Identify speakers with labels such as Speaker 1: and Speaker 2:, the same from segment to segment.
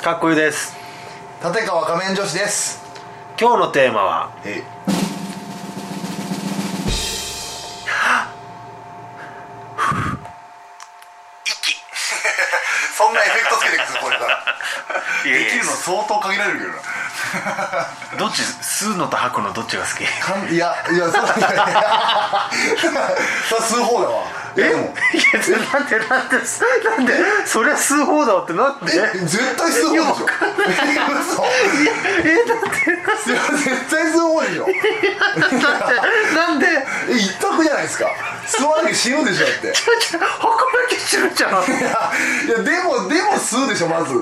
Speaker 1: かっこいいです
Speaker 2: 立川仮面女子です
Speaker 1: 今日のテーマは
Speaker 2: え息 そんなエフェクトつけてくるぞこれから
Speaker 1: いやいや
Speaker 2: できるの相当限られるけどな
Speaker 1: どっち吸うのと吐くのどっちが好き
Speaker 2: かんいやいや そういやいやそれ吸う方だわえでも
Speaker 1: いやそれなんでなんでなんでそりゃ吸う方だわってなんで
Speaker 2: え絶対吸う方でしょえ嘘
Speaker 1: えだって
Speaker 2: いや絶対吸う方でしょ
Speaker 1: なんで
Speaker 2: え一択じゃないですか吸わなきゃ死ぬでしょだって
Speaker 1: 吐かなきゃ死ぬじゃん
Speaker 2: いやいやでもでも吸うでしょまず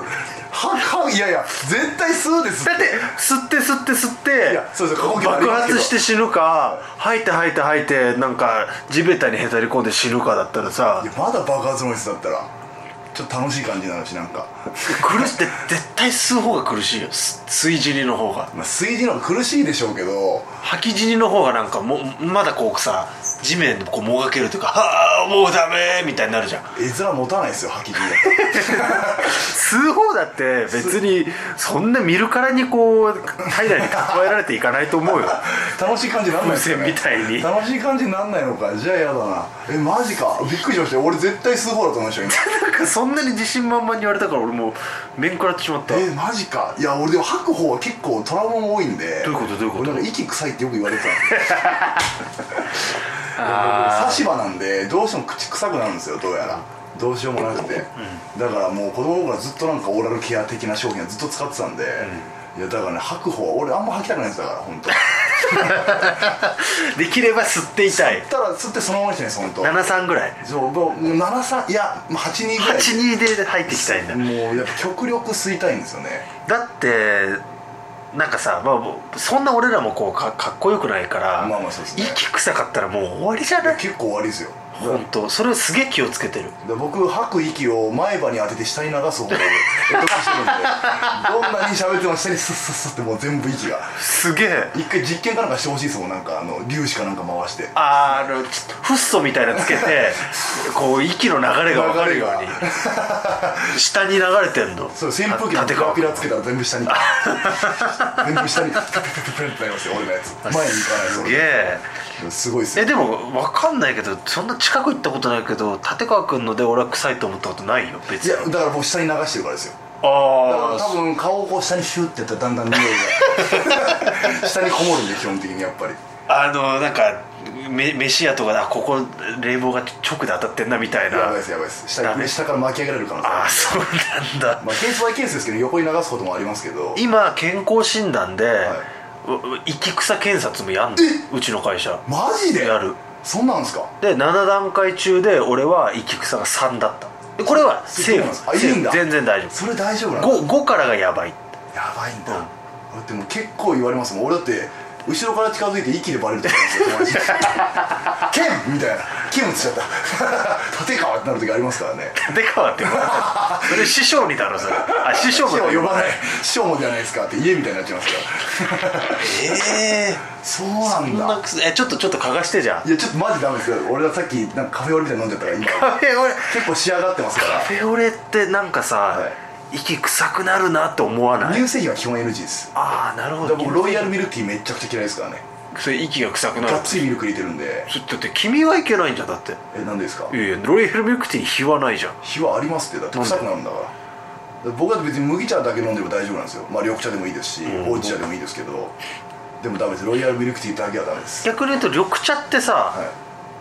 Speaker 2: ははいやいや絶対吸うです
Speaker 1: だって吸って吸って吸って
Speaker 2: いやそうです過呼吸あ
Speaker 1: 爆
Speaker 2: りますけど
Speaker 1: 発して死ぬか吐いて吐いて吐いてなんか地べたにへたり込んで死ぬかだったらさ
Speaker 2: いやまだ爆発ノイズだったらちょっと楽しい感じになるしなんか、
Speaker 1: 苦しって絶対吸う方が苦しいよす吸い尻の方が
Speaker 2: まあ、吸い地の方が苦しいでしょうけど
Speaker 1: 吐き尻の方がなんかもまだこうさ地面でこうもがけるというか「はあもうダメ」みたいになるじゃん
Speaker 2: 絵面持たないですよ吐き地だ
Speaker 1: 吸う方だって別にそんな見るからにこう体内に蓄えられていか ないと思うよ
Speaker 2: と楽しい感じになんないですよ、ね、
Speaker 1: 風船みたいに
Speaker 2: 楽しい感じになんないのかじゃあやだなえマジかびっくりしましたよ俺絶対吸う方だと思いましたよ今
Speaker 1: なんかそんなに自信満々に言われたから俺もう面食らってしまった
Speaker 2: えマジかいや俺でも吐く方は結構トラウマも多いんで
Speaker 1: どういうことどういうこと
Speaker 2: 俺なんか息臭いってよく言わ れてたんですよ僕差し歯なんでどうしても口臭くなるんですよどうやらどうしようもなくて、だからもう子供の頃ずっとなんかオーラルケア的な商品はずっと使ってたんで、いやだからね吐く方は俺あんま吐きたくないんですだから 本当。
Speaker 1: できれば吸っていたい
Speaker 2: ただ吸ってそのままにしてねそのと
Speaker 1: 73ぐらい
Speaker 2: そうもう73いやまあ82ぐらい
Speaker 1: 82で入っていきたいんだ
Speaker 2: もうやっぱ極力吸いたいんですよね
Speaker 1: だってなんかさ、まあもう、そんな俺らもこうかかっこよくないから、
Speaker 2: まあまあそうですね
Speaker 1: 息臭かったらもう終わりじゃ
Speaker 2: いや
Speaker 1: ない
Speaker 2: 結構終わりですよ
Speaker 1: 本当それをすげえ気をつけてる
Speaker 2: で僕吐く息を前歯に当てて下に流す方法で得得してるんでどんなに喋っても下にスッスッスッってもう全部息が
Speaker 1: すげえ
Speaker 2: 一回実験かなんかしてほしいですもんなんかあの粒子かなんか回して
Speaker 1: あーあのちょっとフッ素みたいなのつけ てこう息の流れが分かるよう
Speaker 2: 流れ
Speaker 1: に 下に流れてんの
Speaker 2: そう扇風機の
Speaker 1: 縦
Speaker 2: ピラ
Speaker 1: 川
Speaker 2: ピラつけたら全部下に全部下にピュピュピュピュってなりますよ俺のやつ前に行かないです
Speaker 1: す
Speaker 2: 俺
Speaker 1: げえ
Speaker 2: すごいです
Speaker 1: え
Speaker 2: よ
Speaker 1: でも分かんないけどそんな近く行ったことないけど立川君ので俺は臭いと思ったことないよ別
Speaker 2: い
Speaker 1: に
Speaker 2: やだから僕下に流してるからですよだから
Speaker 1: あ
Speaker 2: 多分顔をこう下にシュッてやったらだんだん匂いが下にこもるんで基本的にやっぱり
Speaker 1: ああのなんかめ飯屋とかであここ冷房が直で当たってんなみたいな
Speaker 2: やばいですやばいです
Speaker 1: ダ
Speaker 2: 下
Speaker 1: メ
Speaker 2: に下から巻き上げられる可能性
Speaker 1: ああそうなんだ
Speaker 2: まあ、ケースバイケースですけど横に流すこともありますけど
Speaker 1: 今健康診断で、
Speaker 2: いう
Speaker 1: 息臭検察もやんのうちの会社
Speaker 2: マジで
Speaker 1: やる
Speaker 2: そんなんですか
Speaker 1: で7段階中で俺は息臭が3だったでこれはセー
Speaker 2: そうなんですかあ
Speaker 1: フセー
Speaker 2: いいん
Speaker 1: フ
Speaker 2: だ
Speaker 1: 全然大丈
Speaker 2: それ大丈夫なの
Speaker 1: 夫 5, 5からがやばい
Speaker 2: やばいん
Speaker 1: うん
Speaker 2: だ、俺でも結構言われますもん俺だって後ろから近づいて息でバレるとかあるん ですよ友達に剣みたいな剣打ちちゃった 立川ってなる時ありますからね
Speaker 1: でかわって言われた それ師匠にだろそれあ師匠
Speaker 2: 師匠
Speaker 1: も
Speaker 2: 呼ばない師匠もじゃないですかって家みたいになっちゃいますから
Speaker 1: ええ
Speaker 2: そうなん
Speaker 1: そん
Speaker 2: だ
Speaker 1: なくすえちょっとちょっと嗅がしてじゃん
Speaker 2: いやちょっとマジダメですよ俺はさっきなんかカフェオレみたいに飲んじゃったから今
Speaker 1: カフェオレ
Speaker 2: 結構仕上がってますか
Speaker 1: カ
Speaker 2: ら
Speaker 1: フェオレってなんかさ、
Speaker 2: は
Speaker 1: 息臭くなるなって思わない
Speaker 2: 乳製品は基本 NG です
Speaker 1: ああなるほ
Speaker 2: だから
Speaker 1: ど
Speaker 2: 僕ロイヤルミルクティーめっちゃくちゃ嫌いですからね
Speaker 1: それ息が臭くなる
Speaker 2: がっつりミルク入れてるんで
Speaker 1: ちょっとだって君はいけないんじゃんだって
Speaker 2: えなんでですか
Speaker 1: いやいやロイヤルミルクティーに火はないじゃん
Speaker 2: 火はありますってだって
Speaker 1: なんで
Speaker 2: 臭くなるんだからだって僕だって別に麦茶だけ飲んでも大丈夫なんですよまあ緑茶でもいいですし
Speaker 1: ん
Speaker 2: ほうじ茶でもいいですけどでもダメですロイヤルミルクティーだけはダメです
Speaker 1: 逆に言うと緑茶ってさ、
Speaker 2: は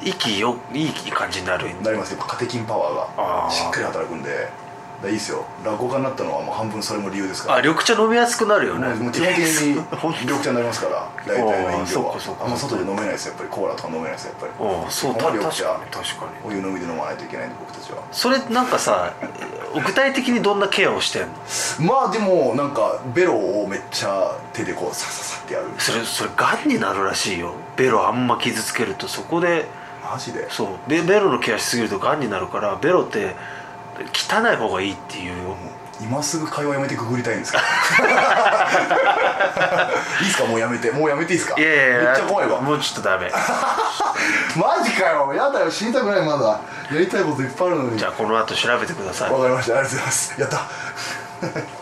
Speaker 1: 息よいい感じになる
Speaker 2: いなりますやっぱカテキンパワー
Speaker 1: あー
Speaker 2: がしっかり働くんでだからいいですよ落語家になったのはもう半分それも理由ですから
Speaker 1: あ緑茶飲みやすくなるよね
Speaker 2: もう基本的
Speaker 1: ほん
Speaker 2: に
Speaker 1: と
Speaker 2: 緑茶になりますから大体の飲料
Speaker 1: あーそうかそうか
Speaker 2: はあんま外で飲めないですやっぱりコーラとか飲めないですやっぱり
Speaker 1: ああそう
Speaker 2: 基
Speaker 1: た
Speaker 2: 本は
Speaker 1: 確か
Speaker 2: 緑
Speaker 1: に確
Speaker 2: 茶
Speaker 1: かに
Speaker 2: お湯飲みで飲まないといけないんで僕たちは
Speaker 1: それなんかさ具体的にどんなケアをしてんの
Speaker 2: まあでもなんかベロをめっちゃ手でこうサササってやる
Speaker 1: それそれがんになるらしいよベロあんま傷つけるとそこで
Speaker 2: マジで
Speaker 1: そうベベロのケアしすぎるとがんになるからベロって汚い方がいいっていうよ
Speaker 2: 今すぐ会話やめてくぐりたいんですけど いいっすかもうやめてもうやめていいっすか
Speaker 1: いやいやいや
Speaker 2: めっちゃ怖いわ
Speaker 1: もうちょっとダメ
Speaker 2: マジかよやだよ死にたくないまだやりたいこといっぱいあるのに
Speaker 1: じゃあこの後調べてください
Speaker 2: わかりましたありがとうございますやった